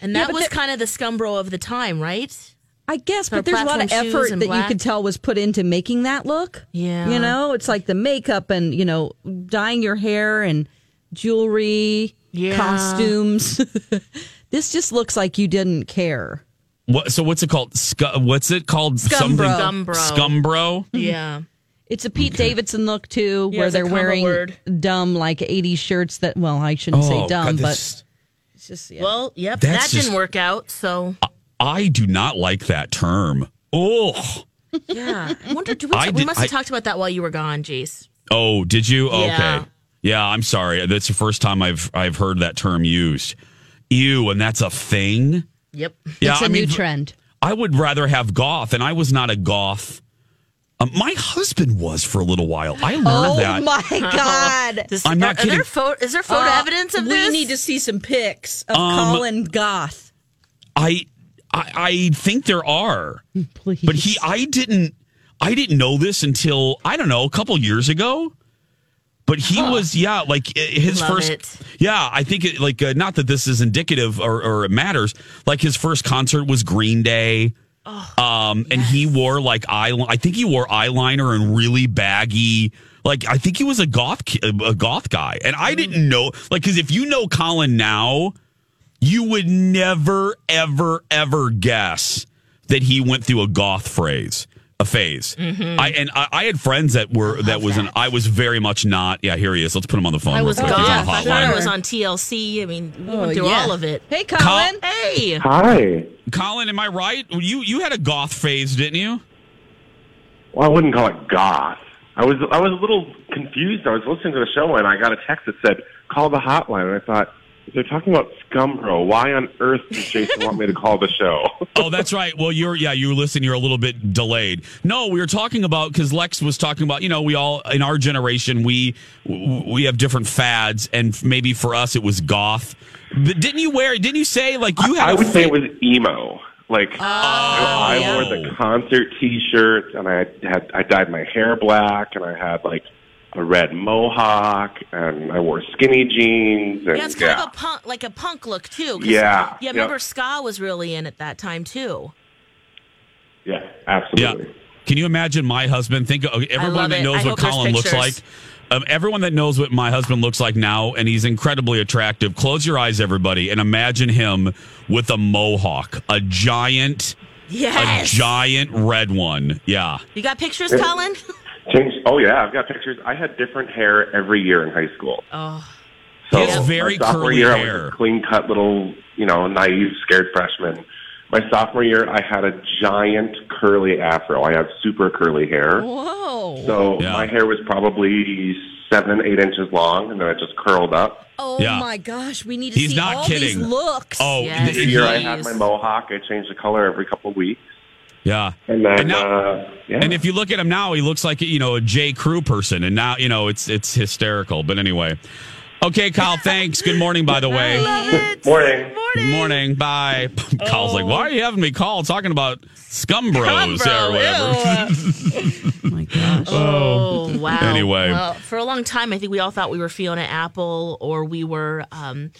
Speaker 11: And
Speaker 1: Yeah,
Speaker 11: that Mm-hmm.
Speaker 1: but
Speaker 11: was
Speaker 1: that-
Speaker 11: kind of the scumbro of the time, right?
Speaker 1: I guess,
Speaker 11: Sort
Speaker 1: but
Speaker 11: of
Speaker 1: there's a lot of
Speaker 11: platform shoes
Speaker 1: effort
Speaker 11: and
Speaker 1: that you
Speaker 11: black.
Speaker 1: could tell was put into making that look.
Speaker 11: Yeah.
Speaker 1: You know, it's like the makeup and, you know, dyeing your hair and jewelry,
Speaker 11: Yeah.
Speaker 1: costumes. [LAUGHS] this just looks like you didn't care.
Speaker 10: What, so what's it called? Scu- what's it called?
Speaker 1: Scumbro.
Speaker 10: Something.
Speaker 1: Scumbro.
Speaker 10: Scumbro?
Speaker 11: Yeah.
Speaker 1: It's a Pete Davidson look too,
Speaker 11: Yeah,
Speaker 1: where
Speaker 11: it's a
Speaker 1: they're
Speaker 11: comma
Speaker 1: wearing
Speaker 11: word.
Speaker 1: dumb like 80s shirts that well, I shouldn't
Speaker 10: Oh,
Speaker 1: say
Speaker 10: God,
Speaker 1: dumb,
Speaker 10: this-
Speaker 1: but it's just yeah.
Speaker 11: Well, yep,
Speaker 10: That's
Speaker 11: that
Speaker 10: just-
Speaker 11: didn't work out. So,
Speaker 10: I do not like that term. Oh.
Speaker 11: yeah. I wonder, do we,
Speaker 10: [LAUGHS] I
Speaker 11: we
Speaker 10: did-
Speaker 11: must have
Speaker 10: I-
Speaker 11: talked about that while you were gone, Jace.
Speaker 10: Oh, did you? Oh,
Speaker 11: Yeah.
Speaker 10: Okay. Yeah, I'm sorry. That's the first time I've I've heard that term used. Ew, and that's a thing?
Speaker 11: Yep.
Speaker 10: Yeah,
Speaker 1: it's a
Speaker 10: I
Speaker 1: new
Speaker 10: mean, [LAUGHS]
Speaker 1: trend.
Speaker 10: I would rather have goth, and I was not a goth. Um, my husband was for a little while. I learned
Speaker 1: Oh
Speaker 10: that.
Speaker 1: my
Speaker 11: [LAUGHS]
Speaker 1: god.
Speaker 11: Does-
Speaker 10: I'm not
Speaker 11: are, are
Speaker 10: kidding.
Speaker 11: there photo, is there photo
Speaker 1: Uh,
Speaker 11: evidence of
Speaker 1: we
Speaker 11: this?
Speaker 1: need to see some pics of
Speaker 10: Um,
Speaker 1: Colin Goth.
Speaker 10: I, I I think there are,
Speaker 1: Please.
Speaker 10: but he I didn't I didn't know this until I don't know a couple years ago. But he was yeah like i- his
Speaker 11: Love
Speaker 10: first
Speaker 11: it.
Speaker 10: yeah I think it, like uh, not that this is indicative or, or it matters like his first concert was Green Day.
Speaker 11: Oh,
Speaker 10: um, and he wore like eye, I think he wore eyeliner and really baggy. Like I think he was a goth, ki- a goth guy, and
Speaker 11: Mm.
Speaker 10: I didn't know. Like, because if you know Colin now, you would never, ever, ever guess that he went through a goth phrase, a phase.
Speaker 11: Mm-hmm.
Speaker 10: I and I, I had friends that were that was an. I was very much not. Yeah, here he is. Let's put him on the phone.
Speaker 11: I
Speaker 10: real
Speaker 11: was
Speaker 10: quick.
Speaker 11: goth.
Speaker 10: He's on a
Speaker 11: I thought I
Speaker 10: hotline.
Speaker 11: was on TLC. I mean, we went
Speaker 1: Oh,
Speaker 11: through
Speaker 1: yeah.
Speaker 11: all of it.
Speaker 1: Hey Colin.
Speaker 11: Hey.
Speaker 16: Hi.
Speaker 10: Colin, am I right? You you had a goth phase, didn't you?
Speaker 16: Well, I wouldn't call it goth. I was I was a little confused. I was listening to the show and I got a text that said call the hotline, and I thought if they're talking about Scumbro. Why on earth does Jason want me to call the show?
Speaker 10: oh, that's right. Well, you're yeah, you listen. You're a little bit delayed. No, we were talking about because Lex was talking about you know we all in our generation we we have different fads and maybe for us it was goth. But didn't you wear? Didn't you say like you had?
Speaker 16: I
Speaker 10: a
Speaker 16: would
Speaker 10: fa-
Speaker 16: say it was emo. Like
Speaker 11: Oh,
Speaker 16: I wore the concert T-shirt, and I had I dyed my hair black, and I had like a red mohawk, and I wore skinny jeans. And,
Speaker 11: Yeah, it's kind of a punk, like a punk look too. 'cause-
Speaker 16: Yeah,
Speaker 11: Yeah,
Speaker 16: yep.
Speaker 11: remember ska was really in at that time too.
Speaker 16: yeah, absolutely.
Speaker 10: Can you imagine my husband? Think okay, everyone
Speaker 11: love
Speaker 10: that
Speaker 11: it.
Speaker 10: knows
Speaker 11: I
Speaker 10: what
Speaker 11: hope there's
Speaker 10: Colin looks like.
Speaker 11: pictures.
Speaker 10: Um, everyone that knows what my husband looks like now, and he's incredibly attractive. Close your eyes, everybody, and imagine him with a mohawk, a giant,
Speaker 11: Yes.
Speaker 10: a giant red one. Yeah.
Speaker 11: You got pictures, Colin?
Speaker 16: Change. Oh yeah, I've got pictures. I had different hair every year in high school.
Speaker 11: Oh,
Speaker 16: So
Speaker 10: He has very
Speaker 16: my sophomore
Speaker 10: curly
Speaker 16: year, I
Speaker 10: hair.
Speaker 16: was a clean cut little, you know, naive, scared freshman. My sophomore year, I had a giant curly afro. I had super curly hair.
Speaker 1: Whoa.
Speaker 16: So
Speaker 10: Yeah.
Speaker 16: my hair was probably seven, eight inches long, and then it just curled up.
Speaker 1: Oh
Speaker 10: Yeah.
Speaker 1: my gosh, we need to
Speaker 10: He's
Speaker 1: see
Speaker 10: not
Speaker 1: all these
Speaker 10: kidding.
Speaker 1: looks.
Speaker 10: Oh,
Speaker 11: Yes.
Speaker 10: th-
Speaker 16: Here I
Speaker 10: he-
Speaker 16: had my mohawk. I changed the color every couple of weeks.
Speaker 10: yeah.
Speaker 16: And then,
Speaker 10: And now-
Speaker 16: uh, yeah.
Speaker 10: And if you look at him now, he looks like you know a J. Crew person, and now you know it's it's hysterical. But anyway, okay, Kyle. Thanks. Good morning, by the way.
Speaker 13: [LAUGHS]
Speaker 16: Morning.
Speaker 10: Good morning. Bye. [LAUGHS] Kyle's
Speaker 11: Oh.
Speaker 10: like, why are you having me call talking about scumbros bros or whatever?
Speaker 1: my gosh.
Speaker 11: oh wow.
Speaker 10: Anyway.
Speaker 11: Well, for a long time, I think we all thought we were Fiona Apple or we were. Um,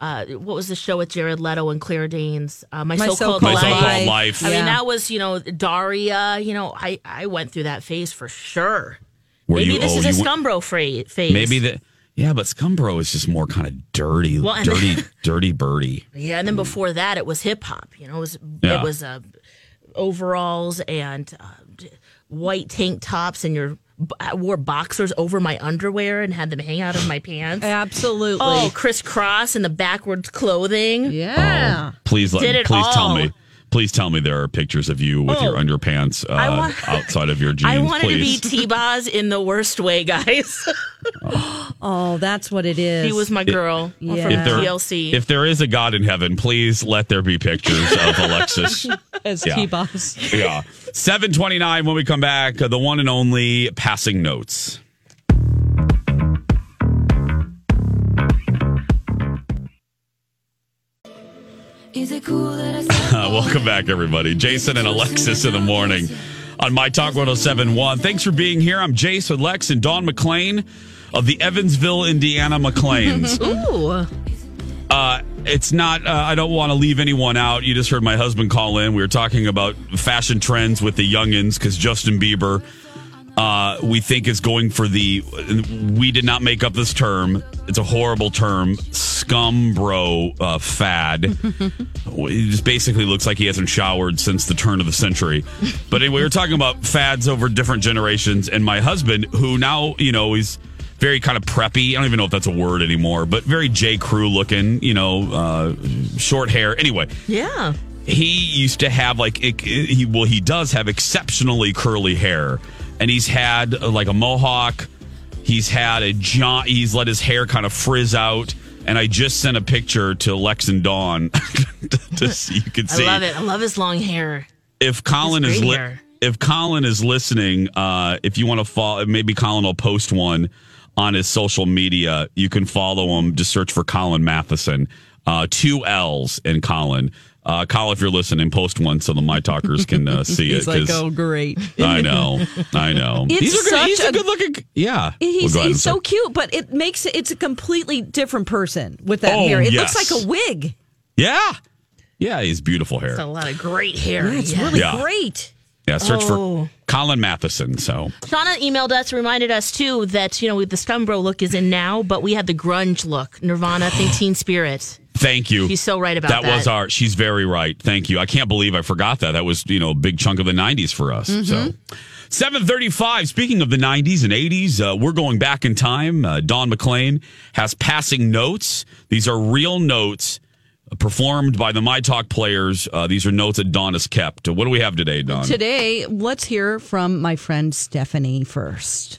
Speaker 11: uh, what was the show with Jared Leto and Claire Danes? Uh, my,
Speaker 1: My
Speaker 11: so-called,
Speaker 1: So-Called My
Speaker 11: life.
Speaker 1: So-Called
Speaker 10: Life.
Speaker 11: I mean,
Speaker 1: Yeah.
Speaker 11: that was you know Daria. You know, I I went through that phase for sure.
Speaker 10: [LAUGHS] Were
Speaker 11: maybe
Speaker 10: you-
Speaker 11: this
Speaker 10: oh,
Speaker 11: is a
Speaker 10: you went-
Speaker 11: scumbro fra- phase.
Speaker 10: Maybe that. Yeah, but scumbro is just more kind of dirty,
Speaker 11: Well, and- [LAUGHS]
Speaker 10: dirty, dirty birdie.
Speaker 11: Yeah, and then before that, it was hip hop. You know, it was
Speaker 10: Yeah.
Speaker 11: it was uh, overalls and uh, d- white tank tops, and your I wore boxers over my underwear and had them hang out of my pants.
Speaker 1: Absolutely.
Speaker 11: Oh, crisscross and the backwards clothing.
Speaker 1: yeah.
Speaker 10: Please let.
Speaker 11: Did it
Speaker 10: please tell
Speaker 11: all.
Speaker 10: me. Please tell me there are pictures of you with your
Speaker 11: Oh.
Speaker 10: underpants
Speaker 11: I [LAUGHS]
Speaker 10: uh,
Speaker 11: wa-
Speaker 10: outside of your jeans.
Speaker 11: I wanted
Speaker 10: Please. [LAUGHS]
Speaker 11: to be T Boz in the worst way, guys. [LAUGHS]
Speaker 1: oh, that's what it is.
Speaker 11: He was my girl
Speaker 1: Yeah.
Speaker 11: from
Speaker 10: If there-
Speaker 11: TLC.
Speaker 10: If there is a God in heaven, please let there be
Speaker 11: [LAUGHS]
Speaker 10: pictures of Alexis.
Speaker 1: [LAUGHS] as
Speaker 10: Yeah.
Speaker 1: T-Boss.
Speaker 10: yeah. 729 when we come back, uh, the one and only passing notes.
Speaker 6: Is it cool that
Speaker 10: [LAUGHS]
Speaker 6: I
Speaker 10: Welcome back, everybody. Jason and Alexis in the morning on My Talk 1071. Thanks for being here. I'm Jason Lex and Dawn McClain of the Evansville, Indiana McClains.
Speaker 11: Ooh.
Speaker 10: Uh, it's not. Uh, I don't want to leave anyone out. You just heard my husband call in. We were talking about fashion trends with the youngins because Justin Bieber, uh, we think is going for the. We did not make up this term. It's a horrible term, scum bro uh, fad. it just basically looks like he hasn't showered since the turn of the century. But anyway, we were talking about fads over different generations, and my husband, who now you know is very kind of preppy. I don't even know if that's a word anymore, but very J. Crew looking, you know, uh, short hair. Anyway,
Speaker 11: Yeah.
Speaker 10: he used to have like it, it- he well he does have exceptionally curly hair, and he's had uh, like a mohawk. He's had a John. He's let his hair kind of frizz out. And I just sent a picture to Lex and Dawn [LAUGHS] to see you can see
Speaker 11: I love it. I love his long hair.
Speaker 10: if Colin
Speaker 11: It's
Speaker 10: is
Speaker 11: great
Speaker 10: li-
Speaker 11: hair.
Speaker 10: if Colin is listening, uh, if you want to follow, maybe Colin will post one on his social media. You can follow him. Just search for Colin Matheson, uh, two L's in Colin. Uh, Colin, if you're listening, post one so the my talkers can
Speaker 1: [LAUGHS]
Speaker 10: uh, see
Speaker 1: He's
Speaker 10: it.
Speaker 1: like,
Speaker 10: 'cause-
Speaker 1: oh, great.
Speaker 10: I know, I know.
Speaker 1: [LAUGHS] It's
Speaker 10: These are good-
Speaker 1: such
Speaker 10: he's a
Speaker 1: a-
Speaker 10: good looking. Yeah,
Speaker 1: He's,
Speaker 10: Well, go ahead
Speaker 1: he's
Speaker 10: and
Speaker 1: so
Speaker 10: say-
Speaker 1: cute, but it makes it, it's a completely different person with that
Speaker 10: Oh,
Speaker 1: hair. It
Speaker 10: yes.
Speaker 1: looks like a wig.
Speaker 10: Yeah, yeah, he's beautiful hair.
Speaker 11: It's a lot of great hair.
Speaker 1: Yeah, it's
Speaker 11: Yeah.
Speaker 1: really
Speaker 10: Yeah.
Speaker 1: great.
Speaker 10: yeah, search
Speaker 11: Oh.
Speaker 10: for Colin Matheson. So
Speaker 11: Shauna emailed us, reminded us too that you know the Scumbro look is in now, but we had the grunge look, [GASPS] Nirvana, thing, Teen Spirit.
Speaker 10: Thank you.
Speaker 11: She's so right about
Speaker 10: that.
Speaker 11: that.
Speaker 10: was our. She's very right. Thank you. I can't believe I forgot that. That was you know a big chunk of the '90s for us. So.
Speaker 11: Mm-hmm.
Speaker 10: 735 speaking of the 90s and 80s uh, we're going back in time uh, don mclean has passing notes these are real notes uh, performed by the my talk players uh, these are notes that don has kept Uh, what do we have today don
Speaker 1: Today, let's hear from my friend Stephanie first.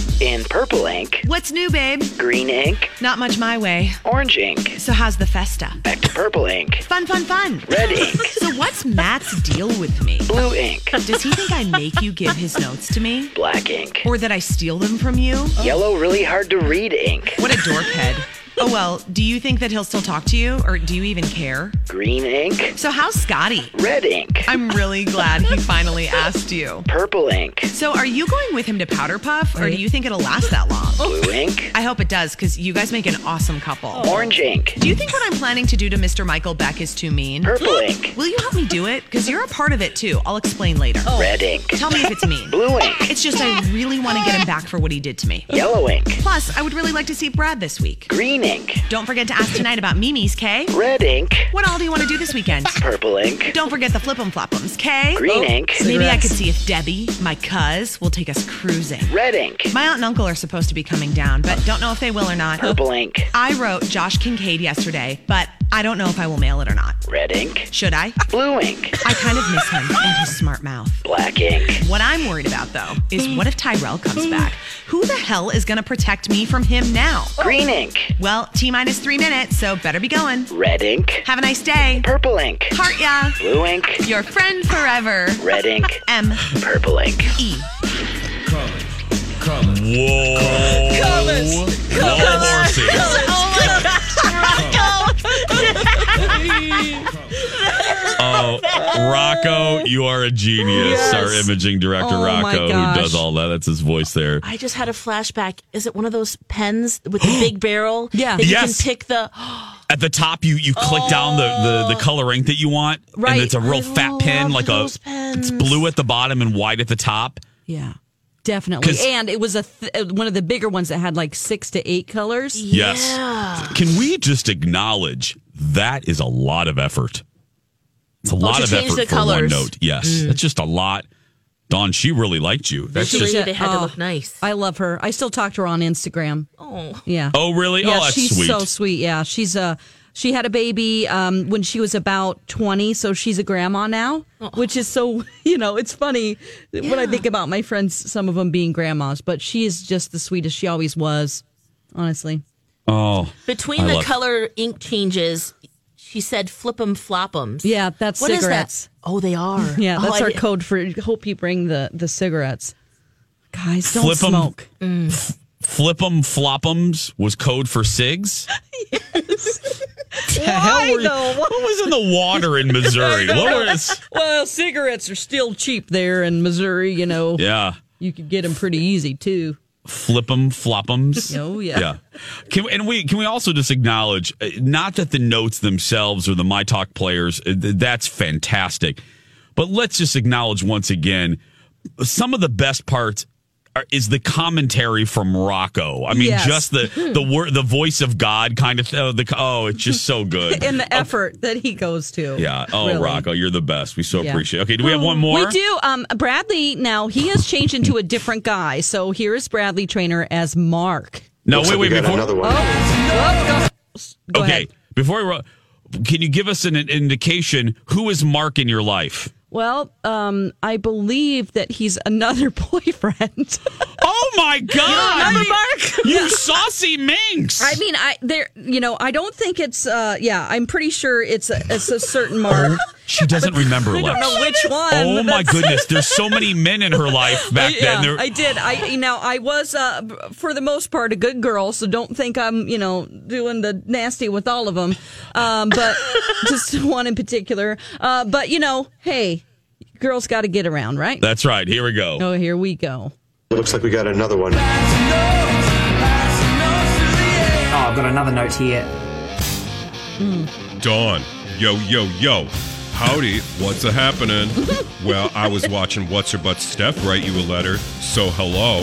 Speaker 18: In purple ink,
Speaker 19: What's new, babe?
Speaker 18: green ink,
Speaker 19: Not much my way.
Speaker 18: orange ink,
Speaker 19: So how's the festa?
Speaker 18: back to purple ink,
Speaker 19: Fun, fun, fun. [LAUGHS]
Speaker 18: red ink,
Speaker 19: So what's Matt's deal with me?
Speaker 18: blue ink,
Speaker 19: Does he think I make you give his notes to me?
Speaker 18: black ink,
Speaker 19: Or that I steal them from you?
Speaker 18: yellow really hard to read ink,
Speaker 19: What a dorkhead. Oh well, do you think that he'll still talk to you or do you even care?
Speaker 18: green ink,
Speaker 19: So how's Scotty?
Speaker 18: red ink,
Speaker 19: I'm really glad he finally asked you.
Speaker 18: purple ink,
Speaker 19: So are you going with him to Powder Puff or do you think it'll last that
Speaker 18: [LAUGHS]
Speaker 19: long?
Speaker 18: blue ink,
Speaker 19: I hope it does because you guys make an awesome couple.
Speaker 18: orange ink,
Speaker 19: Do you think what I'm planning to do to Mr. Michael Beck is too mean? [GASPS]
Speaker 18: Purple ink.
Speaker 19: Will you help me do it? Because you're a part of it too. I'll explain later.
Speaker 18: Oh. red ink,
Speaker 19: Tell me if it's mean.
Speaker 18: [LAUGHS] blue ink,
Speaker 19: It's just I really want to get him back for what he did to me.
Speaker 18: yellow ink,
Speaker 19: Plus, I would really like to see Brad this week.
Speaker 18: green ink,
Speaker 19: Don't forget to ask tonight about Mimi's, Kay?
Speaker 18: red ink,
Speaker 19: What all do you want to do this weekend?
Speaker 18: purple ink,
Speaker 19: Don't forget the flip'em flop'ems, Kay?
Speaker 18: Green ink.
Speaker 19: Maybe I could see if Debbie, my cuz, will take us cruising.
Speaker 18: red ink,
Speaker 19: My aunt and uncle are supposed to be coming down, but don't know if they will or not.
Speaker 18: purple ink,
Speaker 19: I wrote Josh Kincaid yesterday, but I don't know if I will mail it or not.
Speaker 18: red ink,
Speaker 19: Should I?
Speaker 18: blue ink,
Speaker 19: I kind of miss him and his smart mouth.
Speaker 18: black ink,
Speaker 19: What I'm worried about, though, is what if Tyrell comes back? Who the hell is going to protect me from him now?
Speaker 18: green ink,
Speaker 19: Well, T minus three minutes, so better be going.
Speaker 18: red ink,
Speaker 19: Have a nice day.
Speaker 18: purple ink,
Speaker 19: Heart ya.
Speaker 18: blue ink,
Speaker 19: Your friend forever.
Speaker 18: red ink,
Speaker 19: M.
Speaker 18: purple ink.
Speaker 19: E.
Speaker 10: Whoa.
Speaker 19: Colors.
Speaker 10: Whoa, horsey. Oh, Rocco, you are a genius.
Speaker 11: Yes.
Speaker 10: Our imaging director,
Speaker 11: Oh, my
Speaker 10: Rocco,
Speaker 11: gosh.
Speaker 10: who does all that. That's his voice there.
Speaker 11: I [GASPS] just had a flashback. Is it one of those pens with the [GASPS] big barrel? Yeah. That
Speaker 10: Yes.
Speaker 11: you can pick the
Speaker 10: at the top you you click down the,
Speaker 11: Oh.
Speaker 10: the the coloring that you want,
Speaker 1: Right.
Speaker 10: and it's a real
Speaker 1: I
Speaker 10: fat pen, like a it's blue at the bottom and white at the top.
Speaker 1: Yeah, definitely.
Speaker 10: 'Cause-
Speaker 1: And it was a th- uh, one of the bigger ones that had like six to eight colors.
Speaker 10: Yes. Can we just acknowledge that is a lot of effort? It's a
Speaker 1: Well,
Speaker 10: lot
Speaker 1: to
Speaker 10: of
Speaker 1: change
Speaker 10: effort
Speaker 1: the
Speaker 10: for one
Speaker 1: colors.
Speaker 10: note. Yes,
Speaker 1: Mm.
Speaker 10: that's just a lot. Dawn, she really liked you. [GASPS] That's just.
Speaker 11: they had to look nice.
Speaker 1: I love her. I still talk to her on Instagram.
Speaker 11: Oh,
Speaker 1: yeah.
Speaker 10: Oh, really?
Speaker 1: Yeah,
Speaker 10: oh, that's
Speaker 1: she's
Speaker 10: sweet.
Speaker 1: so sweet. Yeah, she's a she had a baby um, when she was about twenty, so she's a grandma now, which is so [LAUGHS] you know it's funny when I think about my friends, some of them being grandmas, but she is just the sweetest. She always was, honestly.
Speaker 10: oh,
Speaker 11: Between
Speaker 10: I
Speaker 11: the
Speaker 10: love-
Speaker 11: color ink changes, she said flip 'em flop 'ems.
Speaker 1: Yeah, that's
Speaker 11: What is that?
Speaker 1: cigarettes.
Speaker 11: Oh, they are. [LAUGHS]
Speaker 1: Yeah,
Speaker 11: Oh,
Speaker 1: that's
Speaker 11: I
Speaker 1: our
Speaker 11: di-
Speaker 1: code for. Hope you bring the the cigarettes, guys. Don't
Speaker 10: Flip 'em.
Speaker 1: smoke.
Speaker 10: Flip 'em flop'ems was code for
Speaker 1: [LAUGHS]
Speaker 10: SIGs.
Speaker 1: The hell were What
Speaker 10: was in the water
Speaker 1: [LAUGHS]
Speaker 10: in Missouri? What was?
Speaker 1: well, cigarettes are still cheap there in Missouri. You know.
Speaker 10: Yeah.
Speaker 1: You could get them pretty easy too.
Speaker 10: Flip 'em flop'ems.
Speaker 1: [LAUGHS] Oh, yeah.
Speaker 10: Yeah. Can and we can we also just acknowledge uh, not that the notes themselves or the my talk players uh, th- that's fantastic, but let's just acknowledge once again some of the best parts. Are, is the commentary from Rocco? I mean,
Speaker 1: Yes. Hmm.
Speaker 10: just the the word, the voice of God kind of. Oh, the, oh it's
Speaker 1: [LAUGHS]
Speaker 10: just so good.
Speaker 1: And the effort that he goes to.
Speaker 10: Um, yeah. Oh,
Speaker 1: Really.
Speaker 10: Rocco, you're the best. We so
Speaker 1: Yeah.
Speaker 10: appreciate. it. Okay, do we have one more?
Speaker 1: We do. Um, Bradley now he has changed into a different guy. So here is Bradley Trainer as Mark.
Speaker 10: No, wait, wait. Before another one.
Speaker 18: Oh.
Speaker 10: okay,
Speaker 1: ahead.
Speaker 10: before I ro- can you give us an, an indication who is Mark in your life?
Speaker 1: Well, um, I believe that he's another [LAUGHS] boyfriend.
Speaker 10: oh my God!
Speaker 1: remember Mark? [LAUGHS]
Speaker 10: You saucy minx!
Speaker 1: I mean, I there. You know, I don't think it's. Uh, yeah, I'm pretty sure it's a, it's a certain Mark. [LAUGHS]
Speaker 10: She doesn't remember.
Speaker 1: I don't
Speaker 10: Lex.
Speaker 1: know which one.
Speaker 10: Oh my
Speaker 1: That's- [LAUGHS]
Speaker 10: goodness! There's so many men in her life back
Speaker 1: yeah,
Speaker 10: then. There-
Speaker 1: I did. I you know I was uh, b- for the most part a good girl, so don't think I'm you know doing the nasty with all of them, um,
Speaker 10: [LAUGHS]
Speaker 1: but just one in particular. Uh, but you know, hey, girls got to get around, right?
Speaker 10: That's right. Here we go.
Speaker 1: Oh, here we go.
Speaker 20: Looks like we got another one.
Speaker 21: Oh, I've got another note here.
Speaker 22: Dawn, yo, yo, yo. Howdy, what's
Speaker 1: [LAUGHS]
Speaker 22: a happening? well, I was watching What's Her Butt Steph write you a letter, so hello.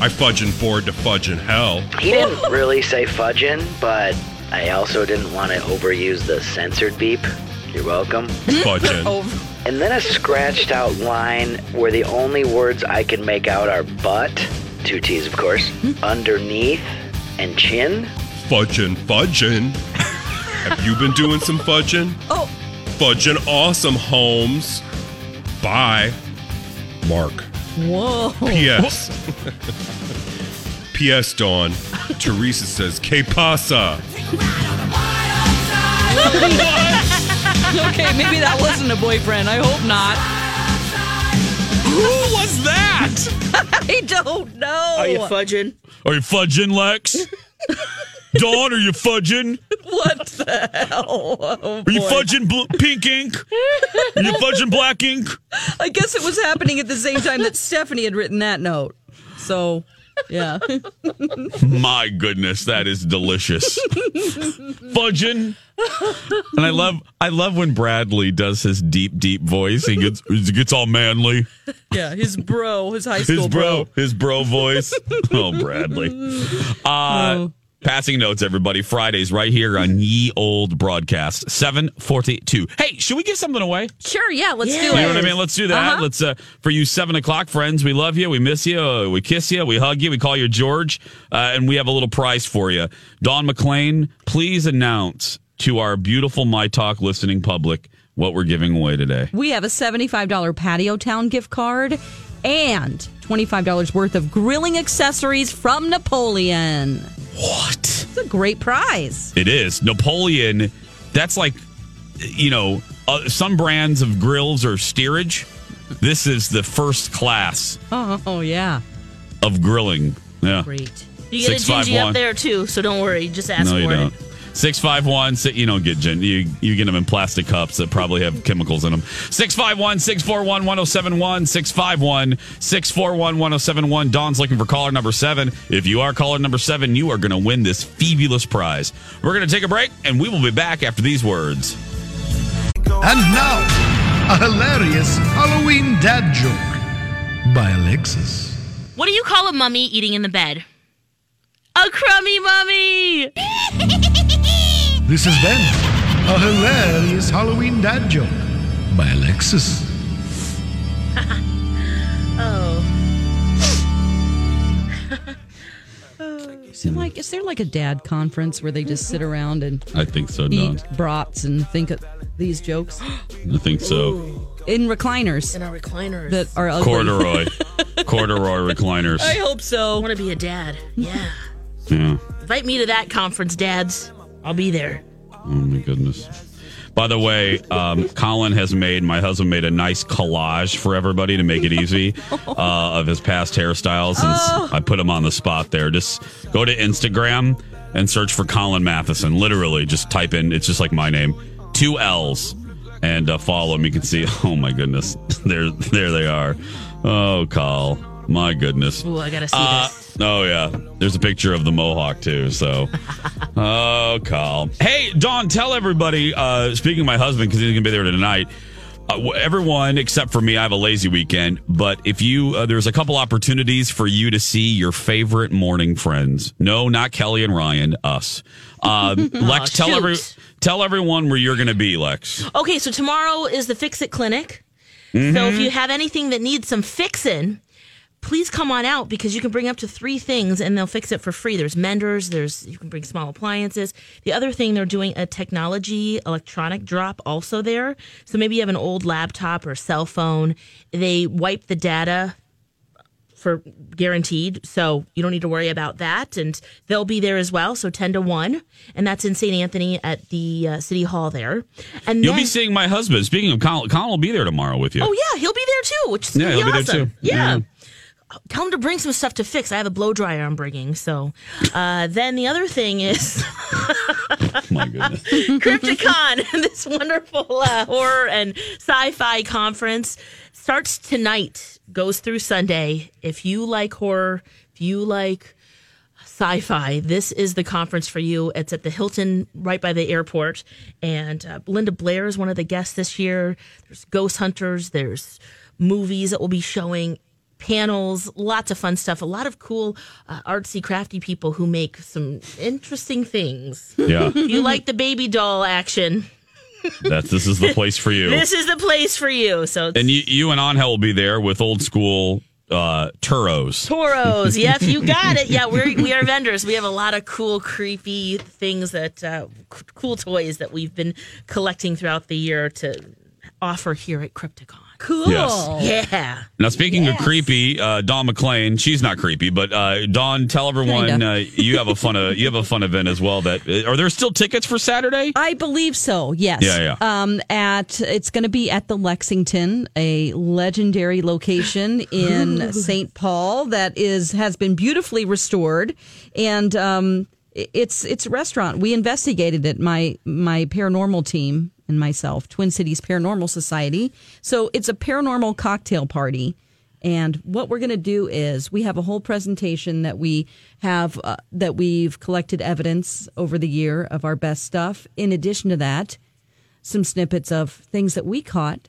Speaker 22: I fudging bored to
Speaker 1: [LAUGHS]
Speaker 22: fudging hell.
Speaker 18: He didn't really say fudgin', but I also didn't want to overuse the censored beep. You're welcome.
Speaker 22: Fudgin'.
Speaker 1: Oh,
Speaker 18: And then a scratched out line where the only words I can make out are butt, two T's of course, underneath, and chin.
Speaker 22: Fudging, fudging. Have you been doing some fudging?
Speaker 1: Oh.
Speaker 22: Fudging awesome, Holmes. Bye. Mark.
Speaker 1: Whoa.
Speaker 22: P.S. P.S. Dawn. Teresa says, Que pasa?
Speaker 1: okay, maybe that wasn't a boyfriend. I hope not.
Speaker 10: Who was that?
Speaker 1: I don't know.
Speaker 11: Are you fudging?
Speaker 10: Are you fudging, Lex? Dawn, are you fudging?
Speaker 1: What the hell? Oh,
Speaker 10: Are you
Speaker 1: boy.
Speaker 10: fudging bl- pink ink? Are you fudging black ink?
Speaker 1: I guess it was happening at the same time that Stephanie had written that note. So,
Speaker 10: [LAUGHS]
Speaker 1: yeah.
Speaker 10: My goodness, that is delicious. Fudging. And I love I love when Bradley does his deep, deep voice. He gets he gets all manly.
Speaker 1: Yeah, his bro, his high
Speaker 10: His
Speaker 1: school
Speaker 10: bro, his bro voice. Oh, Bradley. Uh Passing notes, everybody. Fridays right here on Ye Old Broadcast, 742. Hey, should we give something away?
Speaker 1: Sure, yeah, let's do
Speaker 10: You
Speaker 1: it.
Speaker 10: know what I mean? Let's do that.
Speaker 1: Uh-huh.
Speaker 10: Let's uh, for you seven o'clock friends. We love you. We miss you. uh, we kiss you. We hug you. We call you George, uh, and we have a little prize for you. Don McLean, please announce to our beautiful My Talk listening public what we're giving away today.
Speaker 1: We have a $75 Patio Town gift card and $25 worth of grilling accessories from Napoleon.
Speaker 10: What? It's
Speaker 1: a great prize.
Speaker 10: It is Napoleon. That's like you know uh, some brands of grills are steerage. This is the first class
Speaker 1: Oh, oh, yeah.
Speaker 10: of grilling. Yeah,
Speaker 11: Great. You get a
Speaker 10: Six, five,
Speaker 11: Gingy
Speaker 10: one.
Speaker 11: up there too, so don't worry. Just ask
Speaker 10: no,
Speaker 11: for
Speaker 10: you
Speaker 11: it.
Speaker 10: don't. 651, si- you don't get gin. You, you get them in plastic cups that probably have chemicals in them. 651 641 1071. 651 641 1071. Dawn's looking for caller number seven. If you are caller number seven, you are going to win this fabulous prize. We're going to take a break and we will be back after these words.
Speaker 20: And now, a hilarious Halloween dad joke by Alexis.
Speaker 11: What do you call a mummy eating in the bed? A crummy mummy!
Speaker 20: This has been a hilarious Halloween dad joke by Alexis.
Speaker 11: oh.
Speaker 1: So
Speaker 10: Mm.
Speaker 1: like, is there like a dad conference where they just sit around and
Speaker 10: I think so, Dawn.
Speaker 1: eat brats and think of these jokes [GASPS]
Speaker 10: I think so.
Speaker 1: in recliners? In
Speaker 11: our recliners
Speaker 1: that are ugly.
Speaker 10: [LAUGHS] Corduroy. Corduroy recliners.
Speaker 11: I hope so. I want to be a dad. Yeah.
Speaker 10: Yeah.
Speaker 11: Invite me to that conference, dads. I'll be there.
Speaker 10: Oh my goodness. By the way, um, Colin has made my husband made a nice collage for everybody to make it easy uh, of his past hairstyles, and s-
Speaker 9: Oh.
Speaker 10: I put him on the spot there. Just go to Instagram and search for Colin Matheson. Literally, just type in. It's just like my name, two L's, and uh, follow him. You can see. [LAUGHS] Oh my goodness, there, there they are. Oh, Col, my goodness.
Speaker 11: Ooh, I gotta see this.
Speaker 10: Oh yeah, there's a picture of the mohawk too.
Speaker 11: [LAUGHS]
Speaker 10: So, oh, Carl. Hey, Don, tell everybody. Uh, speaking of my husband, because he's gonna be there tonight. Uh, wh- everyone except for me, I have a lazy weekend. But if you, uh, there's a couple opportunities for you to see your favorite morning friends. No, not Kelly and Ryan. Us.
Speaker 11: [LAUGHS]
Speaker 10: Uh, Lex,
Speaker 11: Aw,
Speaker 10: tell
Speaker 11: Oh, shoot.
Speaker 10: every, tell everyone where you're gonna be, Lex.
Speaker 11: Okay, so tomorrow is the Fix It Clinic. So if
Speaker 10: Mhm.
Speaker 11: you have anything that needs some fixing, please come on out because you can bring up to three things and they'll fix it for free. There's menders, there's you can bring small appliances. The other thing they're doing a technology electronic drop also there. So maybe you have an old laptop or cell phone. They wipe the data for guaranteed. So you don't need to worry about that. And they'll be there as well. So 10 to 1. And that's in St. Anthony at the uh, City Hall there. And
Speaker 10: You'll
Speaker 11: then,
Speaker 10: be seeing my husband. Speaking of Colin, Colin will be there tomorrow with you.
Speaker 11: Oh, yeah. He'll be there too, which is
Speaker 10: Yeah,
Speaker 11: going to
Speaker 10: he'll
Speaker 11: be
Speaker 10: be there,
Speaker 11: awesome.
Speaker 10: too.
Speaker 11: Yeah.
Speaker 10: Yeah.
Speaker 11: Tell him to bring some stuff to fix. I have a blow dryer I'm bringing. So uh, then the other thing is. Crypticon, this wonderful uh, horror and sci-fi conference, starts tonight, goes through Sunday. If you like horror, if you like sci-fi, this is the conference for you. It's at the Hilton, right by the airport, and uh, Linda Blair is one of the guests this year. There's ghost hunters. There's movies that will be showing. Panels, lots of fun stuff, a lot of cool, uh, artsy, crafty people who make some interesting things.
Speaker 10: Yeah.
Speaker 11: If you like the baby doll action.
Speaker 10: That's
Speaker 11: [LAUGHS]
Speaker 10: this is the place for you.
Speaker 11: This is the place for you. So it's
Speaker 10: And you, you and Angel will be there with old school uh, Turos. [LAUGHS]
Speaker 11: Toros. Yes, you got it. Yeah, we're, we are vendors. We have a lot of cool, creepy things that, uh, c- cool toys that we've been collecting throughout the year to offer here at Crypticon. Cool.
Speaker 10: Yes.
Speaker 11: Yeah.
Speaker 10: Now, speaking of creepy, uh, Dawn McClain, she's not creepy, but uh, Dawn, tell everyone
Speaker 1: Kinda.
Speaker 10: uh, you have a fun uh, you have a fun event as well. That uh, are there still tickets for Saturday?
Speaker 1: I believe so. Yes.
Speaker 10: Yeah,
Speaker 1: Um, at it's going to be at the Lexington, a legendary location in St. Paul that is has been beautifully restored, and um, i- it's it's a restaurant. We investigated it. My my paranormal team and myself, Twin Cities Paranormal Society. So it's a paranormal cocktail party. And what we're going to do is we have a whole presentation that we have uh, that we've collected evidence over the year of our best stuff. In addition to that, some snippets of things that we caught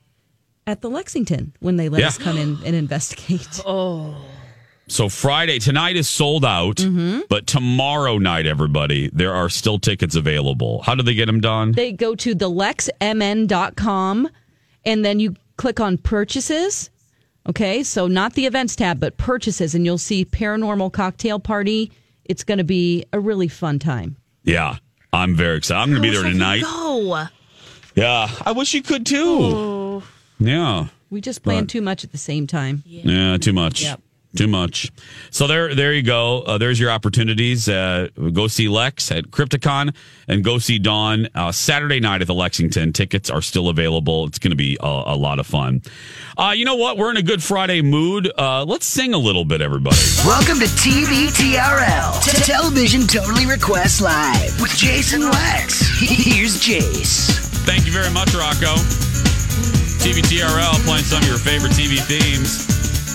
Speaker 1: at the Lexington when they let
Speaker 10: Yeah.
Speaker 1: us come in and investigate.
Speaker 11: Oh.
Speaker 10: So Friday tonight is sold out, but tomorrow night, everybody, there are still tickets available. How do they get them, Dawn?
Speaker 1: [LAUGHS] They go to thelexmn.com and then you click on purchases. Okay, so not the events tab, but purchases, and you'll see Paranormal Cocktail Party. It's going to be a really fun time.
Speaker 10: yeah, I'm very excited. I'm going to be there tonight.
Speaker 11: Go.
Speaker 10: Yeah, I wish you could too. Yeah,
Speaker 1: We just planned
Speaker 10: Right.
Speaker 1: too much at the same time.
Speaker 10: yeah, too much.
Speaker 1: Yep.
Speaker 10: Too much. So there, there you go. Uh, there's your opportunities. Uh, go see Lex at Crypticon and go see Dawn uh, Saturday night at the Lexington. Tickets are still available. It's going to be a, a lot of fun. Uh, you know what? We're in a good Friday mood. Uh, let's sing a little bit, everybody.
Speaker 7: Welcome to TVTRL, T- Television Totally Request Live with Jason Lex. [LAUGHS] Here's Jace.
Speaker 10: Thank you very much, Rocco. TVTRL playing some of your favorite TV themes.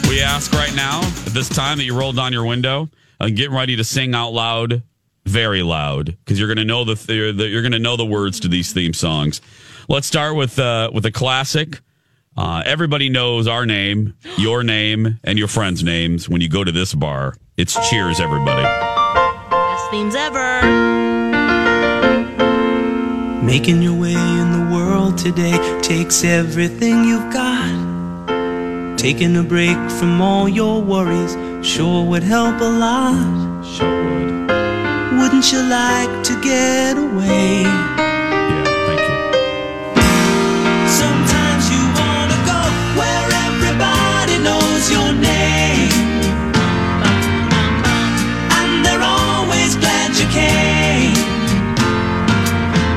Speaker 10: We ask right now, at this time that you roll down your window and get ready to sing out loud, very loud, because you're going to know the, th- the you're going to know the words to these theme songs. Let's start with uh, with a classic. Uh, everybody knows our name, your name, and your friends' names when you go to this bar. It's Cheers, everybody.
Speaker 11: Best themes ever.
Speaker 9: Making your way in the world today takes everything you've got. Taking a break from all your worries sure would help a lot. Sure would. Wouldn't you like to get away? Yeah, thank you. Sometimes you wanna go where everybody knows your name. And they're always glad you came.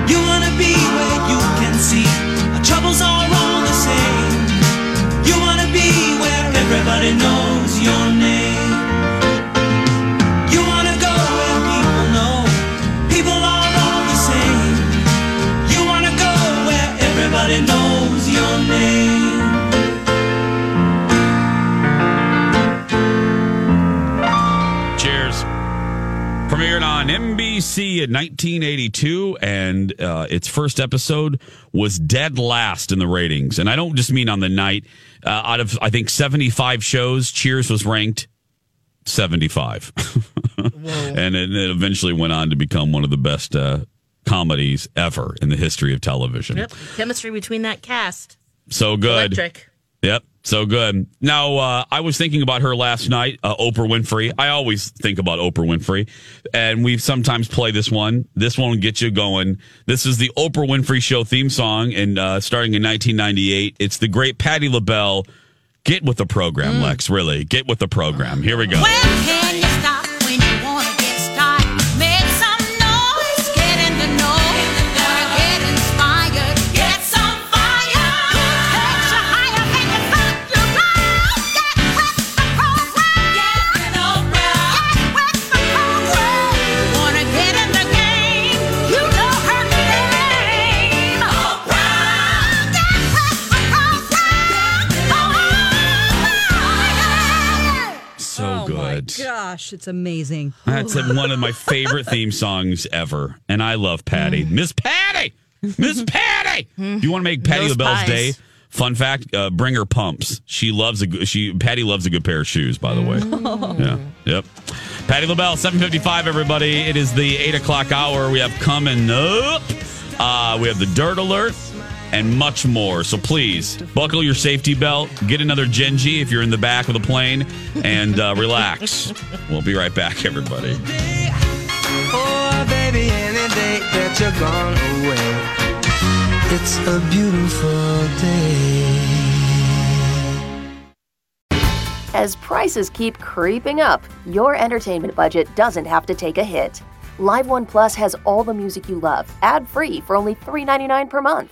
Speaker 9: You wanna be where you can see our troubles are all the same. You wanna be where everybody knows your name. You wanna go where people know people are all the same. You wanna go where everybody knows your name.
Speaker 10: Cheers. Premiered on NBC in 1982, and uh, its first episode was dead last in the ratings. And I don't just mean on the night. Uh, out of, I think, 75 shows, Cheers was ranked 75. [LAUGHS] and it, it eventually went on to become one of the best uh, comedies ever in the history of television.
Speaker 11: Yep. Chemistry between that cast.
Speaker 10: So good.
Speaker 11: Electric.
Speaker 10: Yep. So good. Now, uh, I was thinking about her last night, uh, Oprah Winfrey. I always think about Oprah Winfrey, and we sometimes play this one. This one will get you going. This is the Oprah Winfrey Show theme song, and uh, starting in 1998, it's the great Patti LaBelle. Get with the program, Lex, really. Get with the program. Here we go.
Speaker 5: Can you stop when you wanna get started? Make some noise, get in the know, get inspired, get some fire. Takes you higher, make you find your love. Get with the program, get with the program. Wanna get in the game? You know her name, Oprah. Get with the program.
Speaker 10: So
Speaker 1: Oh my
Speaker 10: good.
Speaker 1: gosh, it's amazing.
Speaker 10: That's one of my favorite theme songs ever. And I love Patty. Miss Patty! Miss Patty! You want to make Patty
Speaker 3: Those
Speaker 10: LaBelle's
Speaker 3: pies.
Speaker 10: day? Fun fact, uh, bring her pumps. She loves a good, she Patty loves a good pair of shoes, by the way. [LAUGHS] Yeah. Yep. Patty LaBelle, 755, everybody. It is the eight o'clock hour. We have coming up. Uh, we have the dirt alert and much more. So please buckle your safety belt, get another Genji if you're in the back of the plane, and uh, relax. We'll be right back, everybody.
Speaker 9: Oh, baby, any day that you're gone away. It's a beautiful day.
Speaker 23: As prices keep creeping up, your entertainment budget doesn't have to take a hit. Live One Plus has all the music you love, ad free for only $3.99 per month.